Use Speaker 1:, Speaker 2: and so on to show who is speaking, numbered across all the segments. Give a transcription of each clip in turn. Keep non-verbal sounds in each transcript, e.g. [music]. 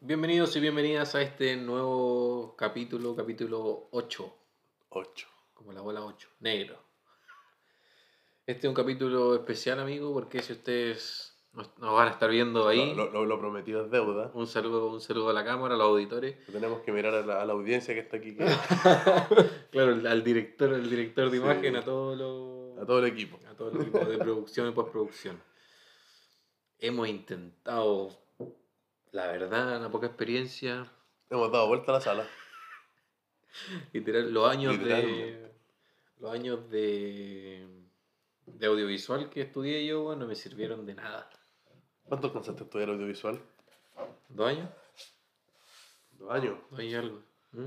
Speaker 1: Bienvenidos y bienvenidas a este nuevo capítulo, capítulo 8,
Speaker 2: 8.
Speaker 1: como la bola 8, negro. Este es un capítulo especial, amigo, porque si ustedes nos, nos van a estar viendo ahí,
Speaker 2: Lo, lo- lo prometido es deuda.
Speaker 1: un saludo un saludo a la cámara, a los auditores,
Speaker 2: Tenemos que mirar a la, a la audiencia que está aquí, que-
Speaker 1: claro, al- al director, al director de
Speaker 2: Sí.
Speaker 1: imagen, a todos los...
Speaker 2: a todo el equipo.
Speaker 1: a todo el equipo de producción y postproducción. Hemos intentado, la verdad, una poca experiencia,
Speaker 2: Hemos dado vuelta a la sala.
Speaker 1: literal, los años de
Speaker 2: Literalmente.
Speaker 1: los años de de audiovisual que estudié yo, bueno, no me sirvieron de nada.
Speaker 2: ¿Cuánto alcanzaste a estudiar audiovisual?
Speaker 1: ¿Dos años?
Speaker 2: Dos años.
Speaker 1: ¿Dos años y algo? ¿Mm?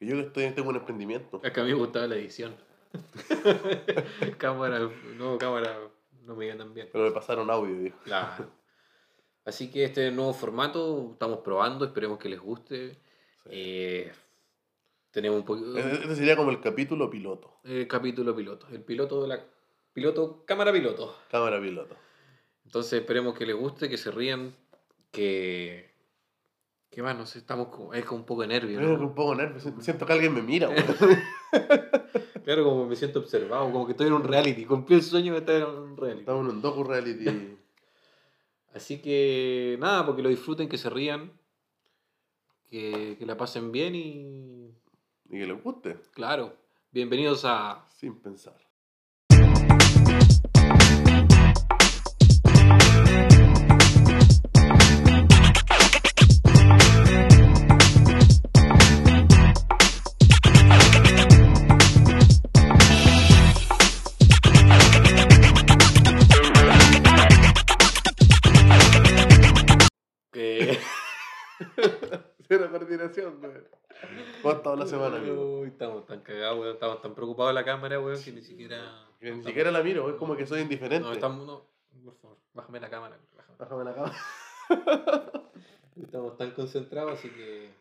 Speaker 2: Que yo que estoy, tengo un emprendimiento.
Speaker 1: Es que a mí me gustaba la edición. [laughs] cámara, no, cámara, no me iba tan bien.
Speaker 2: Pero me pasaron audio, dijo.
Speaker 1: Claro. Así que este nuevo formato estamos probando, esperemos que les guste. Eh, tenemos un poquito.
Speaker 2: Este este sería como el capítulo piloto.
Speaker 1: El capítulo piloto. El piloto de la. Piloto, cámara piloto.
Speaker 2: Cámara piloto.
Speaker 1: Entonces esperemos que les guste, que se rían, que. ¿Qué más? No sé, estamos con, es con un poco de nervio.
Speaker 2: Tengo
Speaker 1: ¿no?
Speaker 2: un poco nervioso. Siento que alguien me mira, weón.
Speaker 1: Claro, como me siento observado, como que estoy en un reality. Cumplí el sueño de estar en un reality.
Speaker 2: Estamos en un docu reality.
Speaker 1: Así que nada, porque lo disfruten, que se rían, que, que la pasen bien y.
Speaker 2: Y que les guste.
Speaker 1: Claro, bienvenidos a
Speaker 2: Sin
Speaker 1: [laughs]
Speaker 2: pensar. [laughs]
Speaker 1: que
Speaker 2: Cero coordinación, weón. ¿Cómo ha estado la semana, amigo?
Speaker 1: Uy, estamos tan cagados, weón. Estamos tan preocupados de la cámara, weón, que ni siquiera.
Speaker 2: Que Ni siquiera la miro, es como que soy indiferente.
Speaker 1: No, estamos. No, por favor, bájame la cámara. bájame.
Speaker 2: Bájame la cámara.
Speaker 1: Estamos tan concentrados, así que.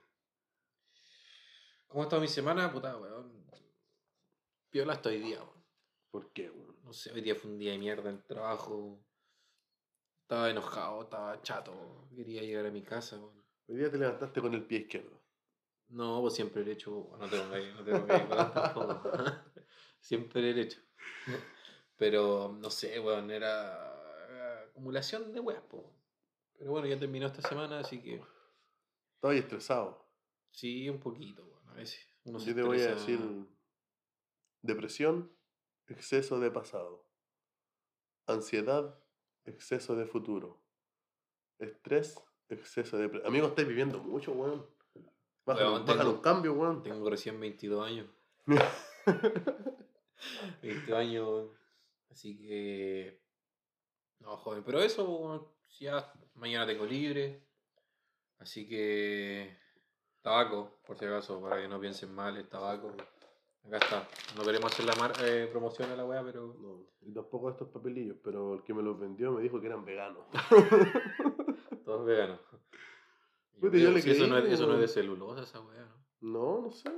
Speaker 1: ¿Cómo ha estado mi semana? Puta, weón. Piola hasta hoy día, weón.
Speaker 2: ¿Por qué, weón?
Speaker 1: No sé, hoy día fue un día de mierda en el trabajo. Estaba enojado, estaba chato. weón. Quería llegar a mi casa, weón.
Speaker 2: Hoy día te levantaste con el pie izquierdo.
Speaker 1: No, pues siempre derecho. po. No te pongáis, no te pongáis, weón, [laughs] tampoco. Siempre derecho. Pero no sé, weón, era acumulación de weas, po. Pero bueno, ya terminó esta semana, así que
Speaker 2: Estaba ahí estresado.
Speaker 1: sí, un poquito, weón, a veces. Uno se
Speaker 2: Yo te voy a
Speaker 1: estresa.
Speaker 2: decir depresión, exceso de pasado. Ansiedad, exceso de futuro. Estrés, exceso de... pre- Amigo, estás viviendo mucho, weón. Bájale,
Speaker 1: Weón,
Speaker 2: bájale
Speaker 1: tengo-
Speaker 2: un cambio, weón.
Speaker 1: Tengo recién 22
Speaker 2: [laughs]
Speaker 1: años. 22 años, weón. Así que. No, joven, pero eso, weón, ya mañana tengo libre. Así que. Tabaco, por si acaso, para que no piensen mal, el tabaco. Acá está. No queremos hacer la mar- eh, promoción a la weá, pero.
Speaker 2: No, y tampoco estos papelillos, pero el que me los vendió me dijo que eran veganos.
Speaker 1: Todos veganos. Yo
Speaker 2: Puta, yo
Speaker 1: creo
Speaker 2: le
Speaker 1: que eso, no es,
Speaker 2: creí,
Speaker 1: eso no es
Speaker 2: weón.
Speaker 1: de celulosa, esa weá, ¿no?
Speaker 2: No, no sé.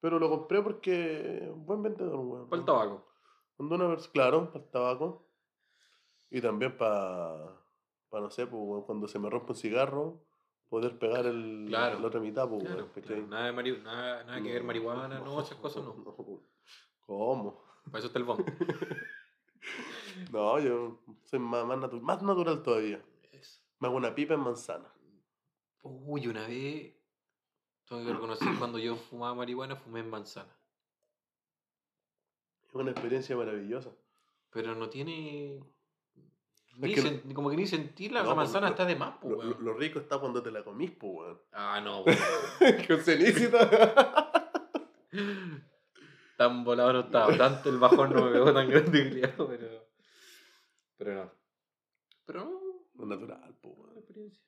Speaker 2: Pero lo compré porque... Buen vendedor, weón.
Speaker 1: ¿Cuál tabaco?
Speaker 2: Cuando una vers- claro, para el tabaco. Y también para, no sé, pues, weón, cuando se me rompe un cigarro, poder pegar el,
Speaker 1: Claro.
Speaker 2: la otra mitad, pues,
Speaker 1: Claro,
Speaker 2: weón, ¿cachai?
Speaker 1: claro, Nada, de mari- nada, nada que ver
Speaker 2: No,
Speaker 1: marihuana, no, esas cosas [laughs] no.
Speaker 2: [laughs] no. ¿Cómo?
Speaker 1: Para eso está el bombo.
Speaker 2: No, yo soy más, más, natu- más natural todavía.
Speaker 1: Eso.
Speaker 2: Me hago una pipa en manzana.
Speaker 1: Uy, una vez tengo que reconocer cuando yo fumaba marihuana, fumé en manzana.
Speaker 2: Es una experiencia maravillosa.
Speaker 1: Pero no tiene. Ni
Speaker 2: que lo-
Speaker 1: sen- como que ni sentirla,
Speaker 2: No,
Speaker 1: la
Speaker 2: pues,
Speaker 1: manzana
Speaker 2: lo-
Speaker 1: está de más, po,
Speaker 2: Lo,
Speaker 1: Oh, weón.
Speaker 2: lo rico está cuando te la comís, pues,
Speaker 1: [laughs]
Speaker 2: weón.
Speaker 1: Ah, no, weón.
Speaker 2: Con cenicita.
Speaker 1: tan volado no estaba, tanto el bajón no me pegó tan grande, [laughs] criado, pero. Pero no. Pero no,
Speaker 2: [laughs] Lo natural, pues, weón.
Speaker 1: buena experiencia.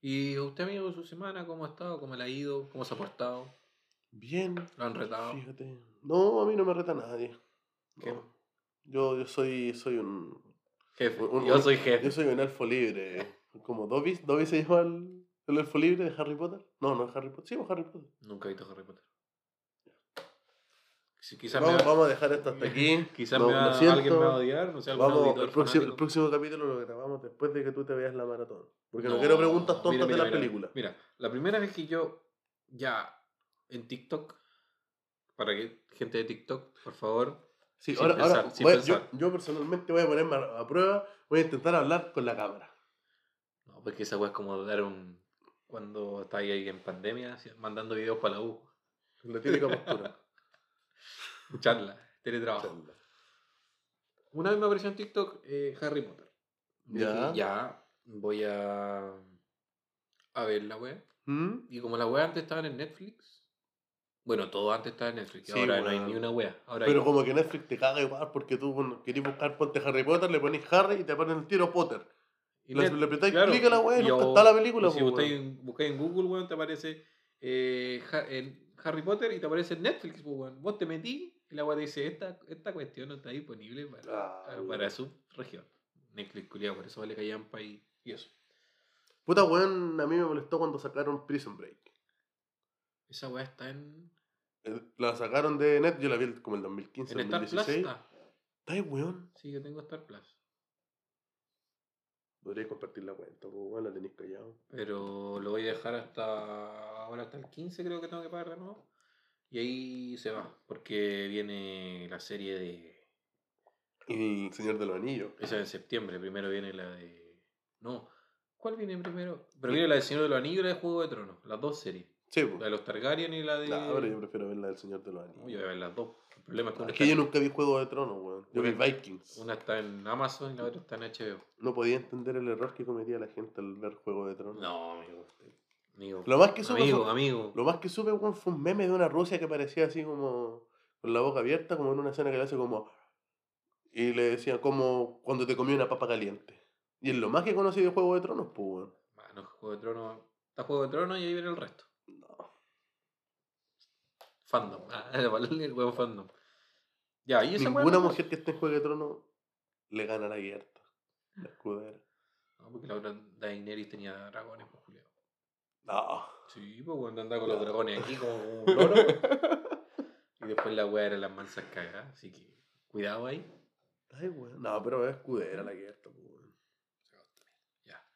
Speaker 1: ¿Y usted, amigo, su semana, cómo ha estado? ¿Cómo le ha ido? ¿Cómo se ha portado?
Speaker 2: Bien.
Speaker 1: ¿Lo han retado?
Speaker 2: Fíjate. No, a mí no me reta nadie.
Speaker 1: ¿Qué?
Speaker 2: No. Yo, yo soy, soy un.
Speaker 1: Jefe,
Speaker 2: Un- un-
Speaker 1: yo soy
Speaker 2: Yo
Speaker 1: jefe.
Speaker 2: soy un elfo libre. Como Dobby. Dobby se llama el, el elfo libre pues, de Harry Potter. No, no es Harry Potter. Sí, es Harry Potter.
Speaker 1: Nunca he visto Harry Potter. Si quizás me
Speaker 2: Vamos,
Speaker 1: va-
Speaker 2: vamos a dejar
Speaker 1: [laughs]
Speaker 2: esto hasta aquí.
Speaker 1: quizás
Speaker 2: Lo-
Speaker 1: me
Speaker 2: lo
Speaker 1: va-
Speaker 2: siento.
Speaker 1: alguien me va a odiar, no sé, algún
Speaker 2: Vamos,
Speaker 1: auditor
Speaker 2: el próximo, el
Speaker 1: fanático.
Speaker 2: próximo capítulo lo grabamos después de que tú te veas la maratón. Porque no, quiero preguntas
Speaker 1: mira,
Speaker 2: tontas de
Speaker 1: mira,
Speaker 2: las
Speaker 1: mira.
Speaker 2: películas.
Speaker 1: Mira, la primera vez que yo ya en TikTok, para que gente de Tiktok, por favor,
Speaker 2: Sí,
Speaker 1: Sin
Speaker 2: ahora,
Speaker 1: pensar,
Speaker 2: ahora
Speaker 1: sin
Speaker 2: voy- yo,
Speaker 1: pensar.
Speaker 2: yo personalmente voy a ponerme a, a prueba, voy a intentar hablar con la cámara.
Speaker 1: no, porque esa weá es como dar un. Cuando estáis ahí en pandemia, así, mandando videos para la U, [laughs]
Speaker 2: La típica postura.
Speaker 1: charla, teletrabajo.
Speaker 2: Chanda.
Speaker 1: Una vez me apareció en TikTok eh, Harry Potter. Dije,
Speaker 2: Ya.
Speaker 1: ya, voy a. A ver la web.
Speaker 2: ¿Mm?
Speaker 1: Y como la web antes estaba en Netflix. Bueno, todo antes estaba en Netflix.
Speaker 2: Sí,
Speaker 1: ahora no hay
Speaker 2: weón.
Speaker 1: ni una wea. Ahora
Speaker 2: Pero
Speaker 1: hay...
Speaker 2: como que Netflix te caga igual porque tú bueno, querés buscar ponte Harry Potter, le pones Harry y te ponen el tiro Potter.
Speaker 1: y
Speaker 2: le-
Speaker 1: Net-
Speaker 2: le apretáis
Speaker 1: claro,
Speaker 2: clic a la wea y
Speaker 1: y
Speaker 2: nunca
Speaker 1: o-
Speaker 2: está la película,
Speaker 1: y si
Speaker 2: pues,
Speaker 1: buscáis
Speaker 2: weón.
Speaker 1: en, buscáis en Google, weón, te aparece eh, Ja- el Harry Potter y te aparece en Netflix, pues, weón. Vos te metí y la wea te dice, esta, esta cuestión no está disponible para,
Speaker 2: Ah,
Speaker 1: para
Speaker 2: weón.
Speaker 1: su región. Netflix, culiado, por eso vale callampa y, y eso.
Speaker 2: Puta weón, a mí me molestó cuando sacaron Prison Break.
Speaker 1: Esa wea está en,
Speaker 2: Eh, La sacaron de Net, yo la vi el- como el
Speaker 1: en
Speaker 2: 2015,
Speaker 1: Star Plus.
Speaker 2: 2016.
Speaker 1: está.
Speaker 2: Está ahí, weón.
Speaker 1: Sí, yo tengo Star Plus.
Speaker 2: Podría compartir la cuenta, pues, weón, la tenéis callado.
Speaker 1: Pero lo voy a dejar hasta ahora, hasta el 15 creo que tengo que pagar de nuevo. Y ahí se va, porque viene la serie de...
Speaker 2: El Señor de los Anillos.
Speaker 1: Esa es en septiembre, primero viene la de... No, ¿cuál viene primero? Pero viene la de Señor de los Anillos y la de Juego de Tronos, las dos series.
Speaker 2: Sí, pues.
Speaker 1: La de los Targaryen y la de...
Speaker 2: Nah, pero yo prefiero ver la del Señor de los
Speaker 1: No, yo voy
Speaker 2: Anillos.
Speaker 1: a ver las dos. El problema es que una,
Speaker 2: Es que yo
Speaker 1: está,
Speaker 2: nunca vi Juego de Tronos, weón. Yo vi
Speaker 1: Una-
Speaker 2: Vikings.
Speaker 1: una está en Amazon y la otra está en HBO.
Speaker 2: No podía entender el error que cometía la gente al ver Juego de Tronos.
Speaker 1: No, amigo. Amigo,
Speaker 2: Lo más que supe
Speaker 1: amigo.
Speaker 2: fue-
Speaker 1: amigo.
Speaker 2: Lo más que supe, weón, fue un meme de una Rusia que parecía así como con la boca abierta, como en una escena que le hace como. Y le decía como cuando te comí una papa caliente. Y es lo más que conocí de Juego de Tronos, pues, weón.
Speaker 1: Bueno, Ah, Juego de Tronos. Está Juego de Tronos y ahí viene el resto. Fandom. [laughs] Ah, el huevo fandom. Ya, y esa weá
Speaker 2: Ninguna
Speaker 1: no-
Speaker 2: mujer que esté en Juego de Tronos le gana a la Gerta. La escudera.
Speaker 1: No, porque la otra Daenerys tenía dragones, pues, Julio.
Speaker 2: No.
Speaker 1: Sí, pues, cuando andaba con los dragones aquí como un loro. y después la weá era las mansas cagadas. Así que, cuidado ahí.
Speaker 2: Ay, weón. No, pero es escudera la Gerta, pues, weón.
Speaker 1: Ya.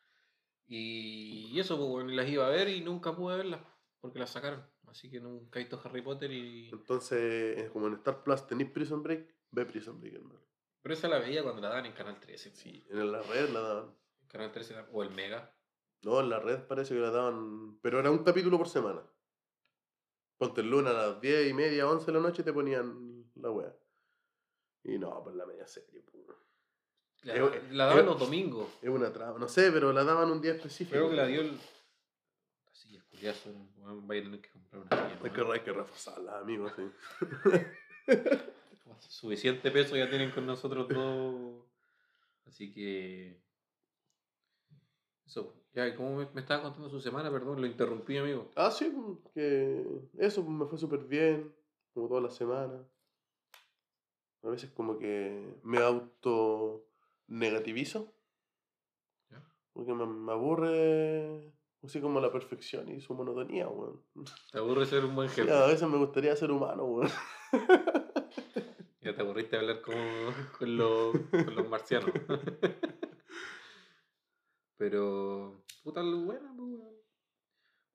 Speaker 1: Y eso, pues, bueno, las iba a ver y nunca pude verlas. Porque las sacaron. Así que nunca he visto Harry Potter y.
Speaker 2: Entonces, eh, como en Star Plus tenéis Prison Break, ve Prison Break, hermano.
Speaker 1: Pero esa la veía cuando la daban en Canal 13. pues.
Speaker 2: Sí, en la red la daban.
Speaker 1: Canal 13 era- o el Mega.
Speaker 2: No, en la red parece que la daban. Pero era un capítulo por semana. Ponte el lunes a las 10 y media, 11 de la noche te ponían la wea. Y no, pues la media serie, pues.
Speaker 1: La,
Speaker 2: Eh,
Speaker 1: la daban
Speaker 2: eh,
Speaker 1: los domingos.
Speaker 2: Es una traba. No sé, pero la daban un día específico.
Speaker 1: Creo que la dio el. Así, es curioso. weón, Voy a tener que comprar una silla,
Speaker 2: Hay que,
Speaker 1: weón.
Speaker 2: hay que reforzarla, amigos, sí.
Speaker 1: Suficiente peso ya tienen con nosotros dos. Así que. Eso. Ya, como me, me estaba contando su semana, perdón, lo interrumpí, amigo.
Speaker 2: Ah, sí, pues, que eso pues, me fue súper bien, como toda la semana. A veces como que me auto negativizo.
Speaker 1: Ya.
Speaker 2: Porque me, me aburre así como la perfección y su monotonía, weón.
Speaker 1: Te aburre ser un buen jefe.
Speaker 2: Ya, a veces me gustaría ser humano, weón.
Speaker 1: Ya te aburriste de hablar con, [laughs] con, los, con los
Speaker 2: [laughs]
Speaker 1: marcianos. Pero, puta lo buena, pues, weón.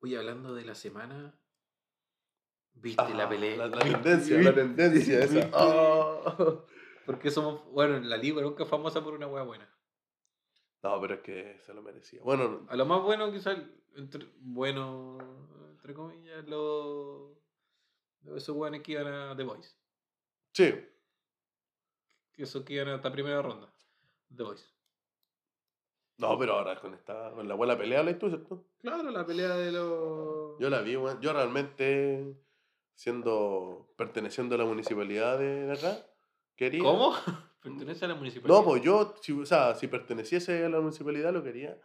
Speaker 1: Oye, hablando de la semana, ¿viste la
Speaker 2: Ah,
Speaker 1: pelea?
Speaker 2: La, la
Speaker 1: ¿Viste? [laughs]
Speaker 2: tendencia, la tendencia esa.
Speaker 1: ¿Viste?
Speaker 2: Ah.
Speaker 1: Porque somos, bueno, la liga nunca es famosa por una wea buena.
Speaker 2: No, pero es que se lo merecía. Bueno,
Speaker 1: A lo más bueno, quizás, entre- bueno, entre comillas, los. Esos weones que iban a The Voice.
Speaker 2: sí,
Speaker 1: Esos que iban a esta primera ronda. The Voice.
Speaker 2: no, pero ahora con esta, con la buena pelea hablas tú, ¿cierto?
Speaker 1: Claro, la pelea de los.
Speaker 2: Yo la vi, weón. Yo realmente, siendo, perteneciendo a la municipalidad de, de acá, quería...
Speaker 1: ¿Cómo? Pertenece a la municipalidad.
Speaker 2: No, pues yo, si, o sea, si perteneciese a la municipalidad, lo quería.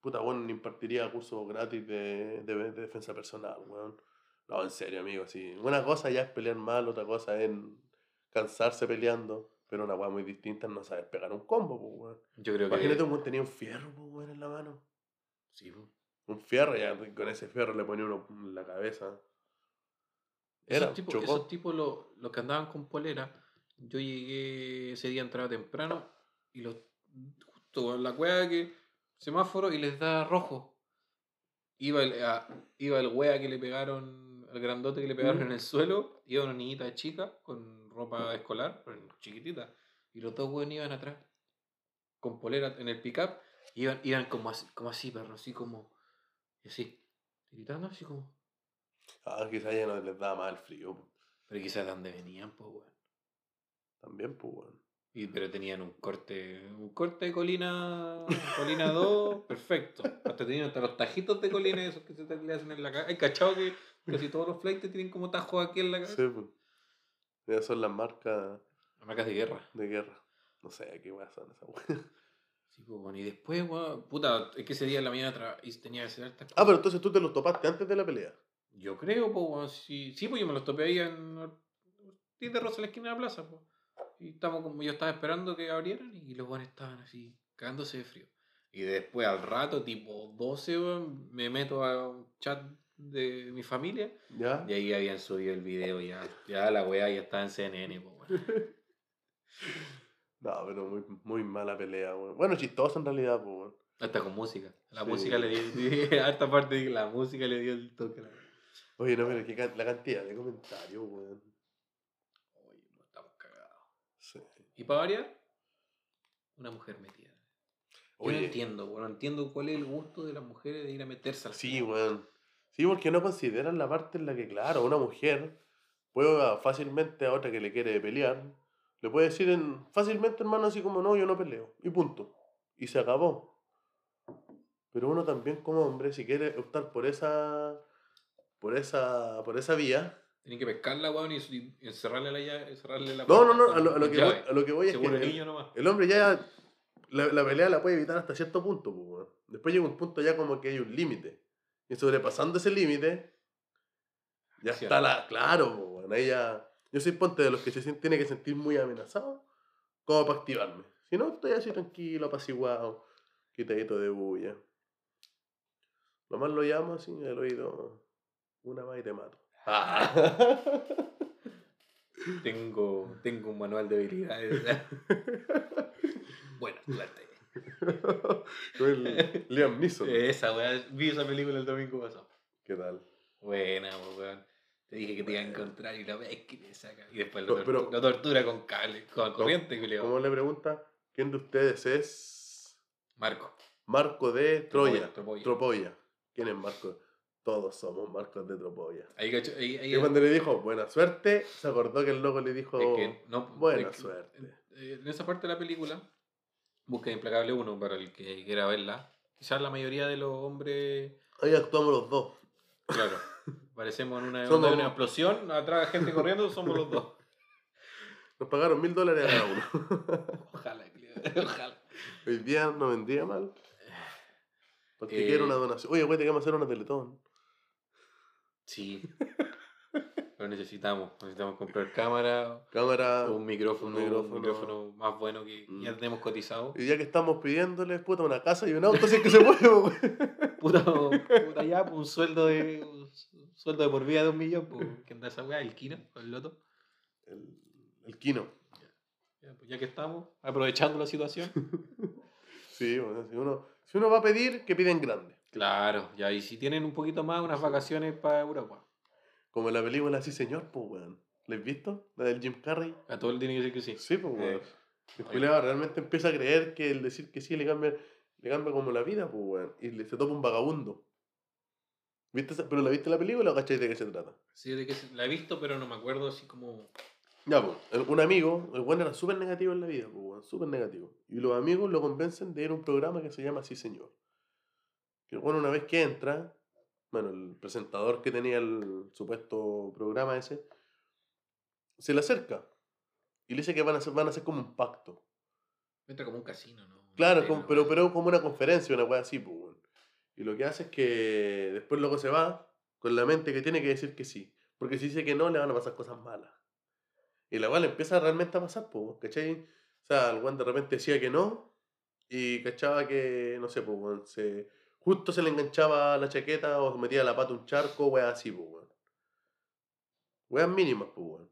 Speaker 2: Puta, weón, impartiría cursos gratis de, de, de defensa personal, weón. No, en serio, amigo, sí. Una cosa ya es pelear mal, otra cosa es cansarse peleando. Pero una weá muy distinta es no saber pegar un combo, pues, weón.
Speaker 1: Yo creo que.
Speaker 2: Imagínate un weón tenía un fierro, pues, weón, en la mano.
Speaker 1: Sí, pues. po.
Speaker 2: Un fierro, ya con ese fierro le ponía uno en la cabeza. Era,
Speaker 1: esos tipos,
Speaker 2: chocó.
Speaker 1: esos tipos lo- los que andaban con polera, yo llegué ese día entraba temprano y los justo en la cueva que semáforo y les da rojo. Iba el, a- iba el wea que le pegaron, al grandote que le pegaron
Speaker 2: Mm.
Speaker 1: en el suelo, iba una niñita chica con ropa escolar, pero chiquitita, y los dos weones iban atrás, con polera en el pickup, y iban, iban como así, como así, perro, así como, y así, gritando así como.
Speaker 2: Ah, quizás ya no les daba más el frío. pues. po.
Speaker 1: Pero quizás de dónde venían, pues, weón.
Speaker 2: También, pues, weón.
Speaker 1: Y, pero tenían un corte, un corte de colina, colina
Speaker 2: [laughs]
Speaker 1: 2, perfecto. Hasta tenían hasta los tajitos de colina esos que se te le hacen en la cara. Hay cachado que casi todos los flights tienen como tajos aquí en la cara.
Speaker 2: Sí, pues. Esas son las marcas
Speaker 1: Marcas de guerra.
Speaker 2: de guerra. No sé qué weas son esas weas.
Speaker 1: Sí, pues, bueno, y después, weón, puta, es que ese día en la mañana tra- y tenía que hacer hartas
Speaker 2: Ah, pero entonces tú te los topaste antes de la pelea.
Speaker 1: Yo creo, pues, weón, sí, sí, pues yo me los topé ahí en Or- Ortiz de Rosa, en la esquina de la plaza, pues. Y estamos como yo estaba esperando que abrieran y los weones estaban así, cagándose de frío. Y después al rato, tipo 12, weón, me meto a un chat de mi familia
Speaker 2: ¿Ya?
Speaker 1: y ahí habían subido el video ya. Ya la weá ya estaba en CNN, pues, weón.
Speaker 2: No, pero muy, muy mala pelea, weón. Bueno, chistosa en realidad, pues, weón.
Speaker 1: Hasta con música. La
Speaker 2: Sí.
Speaker 1: música le [laughs] dio, harta parte de la música le dio el toque. a la-
Speaker 2: Oye, no, pero que can- la cantidad de comentarios,
Speaker 1: Oye,
Speaker 2: weón.
Speaker 1: no, estamos cagados.
Speaker 2: Sí.
Speaker 1: Y para variar, una mujer metida. Yo no
Speaker 2: Oye,
Speaker 1: entiendo, weón. No entiendo cuál es el gusto de las mujeres de ir a meterse al
Speaker 2: Sí, weón. Sí, porque no consideran la parte en la que, claro, una mujer puede fácilmente a otra que le quiere pelear, le puede decir en, fácilmente, hermano, así como, no, yo no peleo. Y punto. Y se acabó. Pero uno también como hombre, si quiere optar por esa, por esa, por esa vía,
Speaker 1: Tienen que pescarla, weón, y, y encerrarle la llave. Encerrarle la
Speaker 2: no,
Speaker 1: puerta
Speaker 2: no, no,
Speaker 1: con-
Speaker 2: a lo, a lo
Speaker 1: con
Speaker 2: que, voy,
Speaker 1: llave.
Speaker 2: a lo que voy es que
Speaker 1: Seguro el
Speaker 2: el-
Speaker 1: niño nomás.
Speaker 2: el hombre ya la, la pelea la puede evitar hasta cierto punto, pues, weón. Después llega un punto ya como que hay un límite. Y sobrepasando ese límite, ya
Speaker 1: Acción.
Speaker 2: está la. Claro, pues, weón, ahí ya- Yo soy ponte de los que se sien- tiene que sentir muy amenazado como para activarme. Si no, estoy así tranquilo, apaciguado, quitadito de bulla. Nomás lo llamo así al oído. Una más y te mato. Ah.
Speaker 1: Tengo, tengo un manual de habilidades. [laughs] Buena suerte.
Speaker 2: [laughs] Con el Liam Neeson.
Speaker 1: Esa, weón. Vi esa película el domingo pasado.
Speaker 2: ¿Qué tal?
Speaker 1: Buena, po, weón. Te dije que te iba a encontrar y la ves que le saca. Y después lo,
Speaker 2: Pero- pero-
Speaker 1: tortu- lo tortura con cable, con corriente, culiao.
Speaker 2: ¿Cómo le pregunta? ¿Quién de ustedes es
Speaker 1: Marco.
Speaker 2: Marco de Troya?
Speaker 1: Tropolla.
Speaker 2: Tropoya. ¿Quién es Marco? Todos somos Marcos de Tropoya.
Speaker 1: Ahí, cacho- ahí, ahí-
Speaker 2: Y cuando le dijo buena suerte, se acordó que el loco le dijo
Speaker 1: eh. Es que no-
Speaker 2: buena
Speaker 1: es que-
Speaker 2: suerte.
Speaker 1: eh, En esa parte de la película, Busca Implacable 1, para el que quiera verla. Quizás la mayoría de los hombres,
Speaker 2: Ahí actuamos los dos.
Speaker 1: [laughs] claro, parecemos en una,
Speaker 2: Somos-
Speaker 1: onda de una explosión, atrás gente corriendo, somos los dos.
Speaker 2: Nos pagaron mil dólares a cada
Speaker 1: [laughs]
Speaker 2: uno.
Speaker 1: Ojalá, Cleo, ojalá.
Speaker 2: Hoy día no vendía mal. Porque
Speaker 1: Eh.
Speaker 2: quiero una donación. Oye, güey, te vamos a hacer una teletón.
Speaker 1: Sí. Pero necesitamos, necesitamos comprar cámara,
Speaker 2: Cámara.
Speaker 1: un micrófono, Ah, un micrófono,
Speaker 2: micrófono.
Speaker 1: más bueno que
Speaker 2: Mm.
Speaker 1: ya tenemos cotizado.
Speaker 2: Y ya que estamos pidiéndoles, puta, una casa y un auto, si es que se puede, [laughs] güey.
Speaker 1: [laughs] Puta, puta ya, pues, un sueldo de un sueldo de por vida de un millón, pues, que anda esa weá, el Kino, el loto.
Speaker 2: El, el Kino.
Speaker 1: Ya, pues, ya que estamos, aprovechando la situación.
Speaker 2: Sí, bueno, si uno, si uno va a pedir, que piden grande.
Speaker 1: [laughs] Claro, ya, y si tienen un poquito más, unas vacaciones para Europa.
Speaker 2: Como en la película Sí Señor, pues, weón. ¿La has visto? La del Jim Carrey.
Speaker 1: A todo el tiene que decir que sí.
Speaker 2: Sí, pues,
Speaker 1: Eh,
Speaker 2: weón. El culiao realmente empieza a creer que el decir que sí le cambia, le cambia como la vida, pues, weón. Y le, se topa un vagabundo. ¿Viste esa- ¿Pero la viste la película o cacháis de qué se trata?
Speaker 1: Sí, de que se- la he visto, pero no me acuerdo así como.
Speaker 2: Ya, pues, el- un amigo, el weón era súper negativo en la vida, pues, weón, súper negativo. Y los amigos lo convencen de ir a un programa que se llama Sí Señor. Que el weón una vez que entra, bueno, el presentador que tenía el supuesto programa ese, se le acerca y le dice que van a hacer, van a hacer como un pacto.
Speaker 1: Entra como un casino, ¿no?
Speaker 2: Claro,
Speaker 1: Sí,
Speaker 2: como-
Speaker 1: no,
Speaker 2: pero, pero como una conferencia, una weá así, pues, weón. Y lo que hace es que después el loco se va con la mente que tiene que decir que sí. Porque si dice que no, le van a pasar cosas malas. Y la weá le empieza realmente a pasar, pues, weón, ¿cachai? O sea, el weón de repente decía que no y cachaba que, no sé, pues, weón, se, justo se le enganchaba la chaqueta o metía la pata un charco, weá así, pues, weón. Weas mínimas, pues, weón.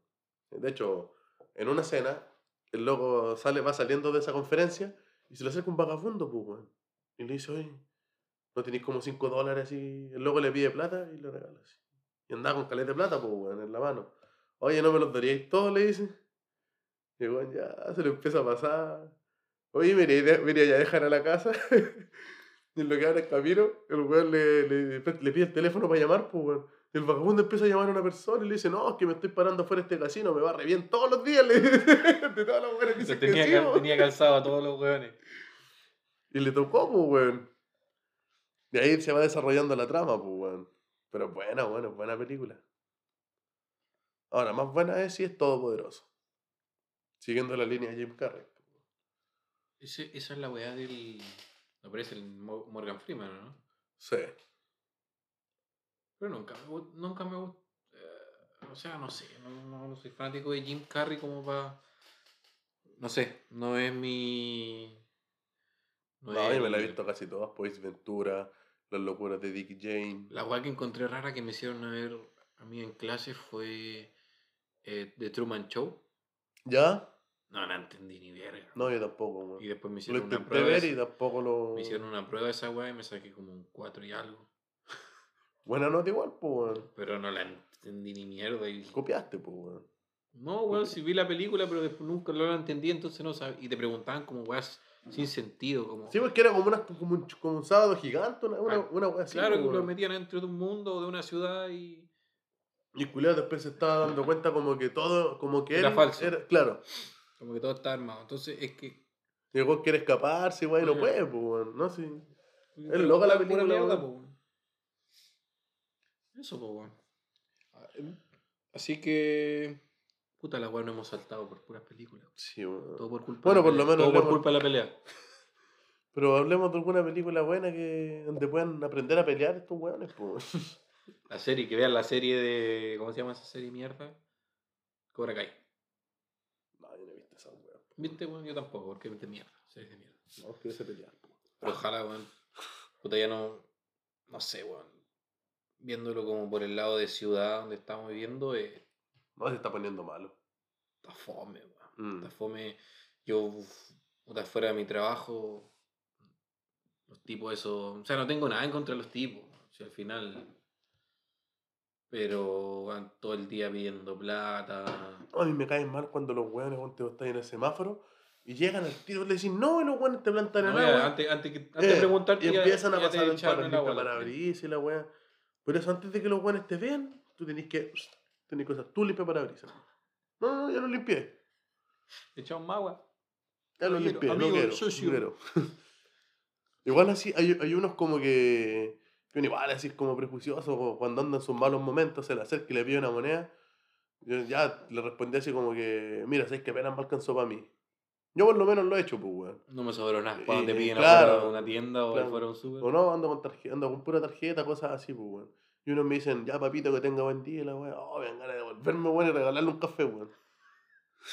Speaker 2: De hecho, en una cena, el loco sale, va saliendo de esa conferencia y se le acerca un vagabundo, pues, weón. Y le dice, oye, ¿no tenéis como 5 dólares así? El loco le pide plata y le regala así. Y anda con caleta de plata, pues, weón, en la mano. Oye, ¿no me los daríais todos? Le dice. Y el weón ya se lo empieza a pasar. Oye, mire, de- mire, ya dejar a la casa. [laughs] y en lo que abre el camino, el weón le, le, le pide el teléfono para llamar, pues, weón. Y el vagabundo empieza a llamar a una persona y le dice, no, es que me estoy parando afuera de este casino, me va re bien todos los días. Le dice, [laughs] de todas las weones que
Speaker 1: Se
Speaker 2: dicen
Speaker 1: tenía,
Speaker 2: que sí,
Speaker 1: cal-
Speaker 2: po.
Speaker 1: tenía calzado a todos los weones.
Speaker 2: Y le tocó, pues, weón. De ahí se va desarrollando la trama, pues, weón. Pero es buena, weón, es buena película. Ahora, más buena es si es todopoderoso. Siguiendo la línea de Jim Carrey.
Speaker 1: Ese- esa es la weá del. No parece el Mo- Morgan Freeman, ¿no?
Speaker 2: Sí.
Speaker 1: Pero nunca me gust- Nunca me gust- eh, o sea, no sé. No, no- no soy fanático de Jim Carrey como para. No sé. No es mi.
Speaker 2: No, yo me la he
Speaker 1: el-
Speaker 2: visto casi todas. Pues Ventura, Las locuras de Dick Jane.
Speaker 1: La weá que encontré rara que me hicieron a ver a mí en clase fue. eh, The Truman Show.
Speaker 2: ¿Ya?
Speaker 1: No la entendí ni verga.
Speaker 2: No, yo tampoco, weón.
Speaker 1: Y después me
Speaker 2: Lo
Speaker 1: hicieron una
Speaker 2: intenté
Speaker 1: prueba.
Speaker 2: ver y
Speaker 1: de-
Speaker 2: tampoco lo...
Speaker 1: Me hicieron una prueba de esa weá y me saqué como un 4 y algo.
Speaker 2: Buena nota igual, pues, weón.
Speaker 1: Pero no la entendí ni mierda. Y...
Speaker 2: Copiaste, pues, weón.
Speaker 1: No, weón, si vi la película, pero después nunca lo entendí, entonces no sabía. Y te preguntaban como weas sin sentido. Como...
Speaker 2: Sí, porque era como, una, como, un, como un sábado gigante, una, una,
Speaker 1: Ah,
Speaker 2: una wea así.
Speaker 1: claro
Speaker 2: pues,
Speaker 1: que lo
Speaker 2: weón.
Speaker 1: metían dentro de un mundo o de una ciudad y.
Speaker 2: Y el culiao después se estaba dando cuenta como que todo, como que
Speaker 1: Era
Speaker 2: él
Speaker 1: falso.
Speaker 2: claro,
Speaker 1: Como que todo está armado. Entonces es que.
Speaker 2: llegó a querer escaparse, güey, no
Speaker 1: Ya.
Speaker 2: puede, pues, weón, ¿no? Sí.
Speaker 1: Es
Speaker 2: loca la película,
Speaker 1: mierda,
Speaker 2: weón.
Speaker 1: po, weón. Eso, po, weón.
Speaker 2: Ah, em,
Speaker 1: Así que. Puta la weá, no hemos saltado por puras películas.
Speaker 2: Sí, weón.
Speaker 1: Todo por culpa
Speaker 2: Bueno,
Speaker 1: de la
Speaker 2: por
Speaker 1: pelea.
Speaker 2: lo menos
Speaker 1: Todo por
Speaker 2: hablemos-
Speaker 1: culpa de la pelea.
Speaker 2: Pero hablemos de alguna película buena que donde puedan aprender a pelear estos weones, pues. weón. [laughs]
Speaker 1: La serie, que vean la serie de. ¿Cómo se llama esa serie mierda? Cobra Kai.
Speaker 2: No, yo no he visto esa weón.
Speaker 1: ¿Viste, weón? Yo tampoco, porque es de mierda. Series de mierda.
Speaker 2: No, quiero se pelear, po.
Speaker 1: Pero ojalá, weón. Puta, ya no. No sé, weón. Viéndolo como por el lado de ciudad donde estamos viviendo, eh,
Speaker 2: No, se está poniendo malo.
Speaker 1: está fome, weón.
Speaker 2: Mm.
Speaker 1: Está fome. Yo, uf, puta, fuera de mi trabajo, los tipos, eso. O sea, no tengo nada en contra de los tipos. Si al final. Pero van todo el día pidiendo plata.
Speaker 2: A mí me caen mal cuando los weones, weón, te están en el semáforo y llegan al tiro y le dicen, no, y los weones te plantan en
Speaker 1: No,
Speaker 2: nada,
Speaker 1: ya,
Speaker 2: weón.
Speaker 1: antes, antes, que, antes
Speaker 2: Eh,
Speaker 1: de preguntarte,
Speaker 2: y
Speaker 1: ya-
Speaker 2: empiezan a
Speaker 1: ya te
Speaker 2: pasar el
Speaker 1: echaron
Speaker 2: par-
Speaker 1: la bola.
Speaker 2: limpiaparabrisas y la weá. Por eso, antes de que los weones te vean, tú tenés que. Tenés cosas. Tú limpia parabrisas. No, no, no, ya lo limpié.
Speaker 1: Te echaron más, weón.
Speaker 2: Ya lo
Speaker 1: Amigo,
Speaker 2: limpié. no
Speaker 1: amigo,
Speaker 2: quiero,
Speaker 1: socio.
Speaker 2: no quiero. [laughs] igual así, hay, hay unos como que. Que uno igual así es como prejuicioso. como Cuando andan sus malos momentos, se le acerca y le pide una moneda. Yo ya le respondí así como que. Mira, sabes que apenas me alcanzó para mí. Yo por lo menos lo he hecho, pues, weón.
Speaker 1: No me sobró nada.
Speaker 2: Eh,
Speaker 1: Cuando te
Speaker 2: eh,
Speaker 1: piden
Speaker 2: claro,
Speaker 1: afuera de una tienda o
Speaker 2: claro.
Speaker 1: afuera de un súper.
Speaker 2: O no, ando con tarjeta, ando con pura tarjeta, cosas así, pues, weón. Y unos me dicen, ya papito, que tenga buen día, y la weón. Oh, me dan ganas de devolverme, weón, y regalarle un café, weón. [laughs]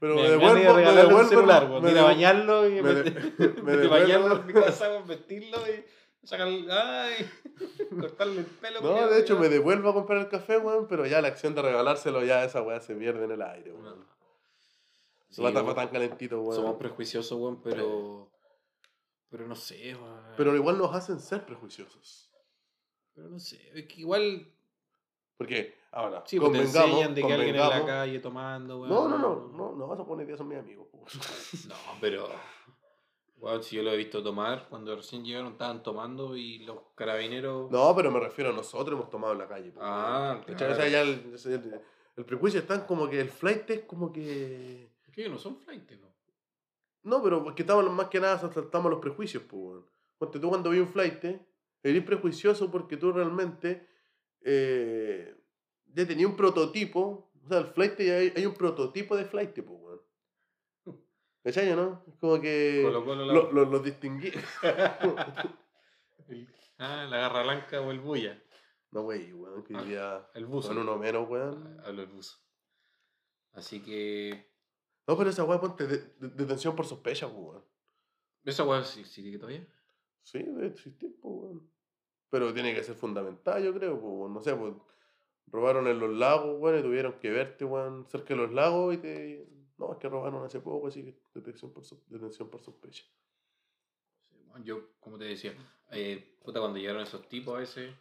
Speaker 2: Pero me,
Speaker 1: Me dan
Speaker 2: devuelvo,
Speaker 1: ganas de
Speaker 2: me
Speaker 1: regalarle un
Speaker 2: devuelvo,
Speaker 1: celular, weón,
Speaker 2: me
Speaker 1: de ir a
Speaker 2: devu-
Speaker 1: bañarlo y
Speaker 2: me
Speaker 1: met- [laughs]
Speaker 2: de- [laughs] me
Speaker 1: de
Speaker 2: devuelvo.
Speaker 1: bañarlo en mi casa, weón, vestirlo y sacarle. Ay, [laughs] cortarle el pelo.
Speaker 2: No,
Speaker 1: culiao,
Speaker 2: de hecho, me
Speaker 1: weón.
Speaker 2: devuelvo a comprar el café, weón, pero ya la acción de regalárselo, ya esa weá se pierde en el aire, weón.
Speaker 1: No.
Speaker 2: Se va
Speaker 1: Sí,
Speaker 2: tan,
Speaker 1: weón,
Speaker 2: va tan calentito, weón.
Speaker 1: Somos prejuiciosos, weón, pero. Pero no sé, weón.
Speaker 2: Pero igual nos hacen ser prejuiciosos.
Speaker 1: Pero no sé. Es que igual.
Speaker 2: Porque, ahora,
Speaker 1: Sí, pues te
Speaker 2: convengamos,
Speaker 1: enseñan de que alguien en la
Speaker 2: convengamos-
Speaker 1: calle tomando, weón.
Speaker 2: No, no, no, no, no vas a poner ideas son mis amigos, po. [laughs]
Speaker 1: No, pero. Weón, si yo lo he visto tomar, cuando recién llegaron estaban tomando y los carabineros.
Speaker 2: No, pero me refiero a nosotros hemos tomado en la calle. po.
Speaker 1: Ah,
Speaker 2: ¿Cachai? O sea, ya el, o sea, el- el prejuicio está en como que el flight es como que...
Speaker 1: Que ellos no son flight, ¿no?
Speaker 2: No, pero porque estamos más que nada saltamos los prejuicios, pues. weón. Ponte tú cuando vi un flight, eres prejuicioso porque tú realmente eh, ya tenías un prototipo. O sea, el flight ya hay, hay un prototipo de flight,
Speaker 1: [laughs]
Speaker 2: pues, weón. ¿Cachai, o no? Es como que...
Speaker 1: Colo Colo la...
Speaker 2: Lo, lo, lo distinguí. [laughs]
Speaker 1: El- ah, la garra blanca o el bulla.
Speaker 2: No, wey, weón, que
Speaker 1: Ah,
Speaker 2: diría...
Speaker 1: El buzo.
Speaker 2: Son uno menos, weón.
Speaker 1: Ah, Hablo el buzo. Así que.
Speaker 2: No, pero esa weá, ponte de- de- detención por sospecha, po, weón.
Speaker 1: Esa weá sí, sí que todavía.
Speaker 2: Sí, debe existir, po, weón. Pero tiene que ser fundamental, yo creo, po, weón. No sé, pues. robaron en los lagos, weón, y tuvieron que verte, weón, cerca de los lagos y te... No, es que robaron hace poco, así que detención por, sospe- detención por sospecha.
Speaker 1: Bueno, Yo, como te decía, eh, puta, cuando llegaron esos tipos a veces,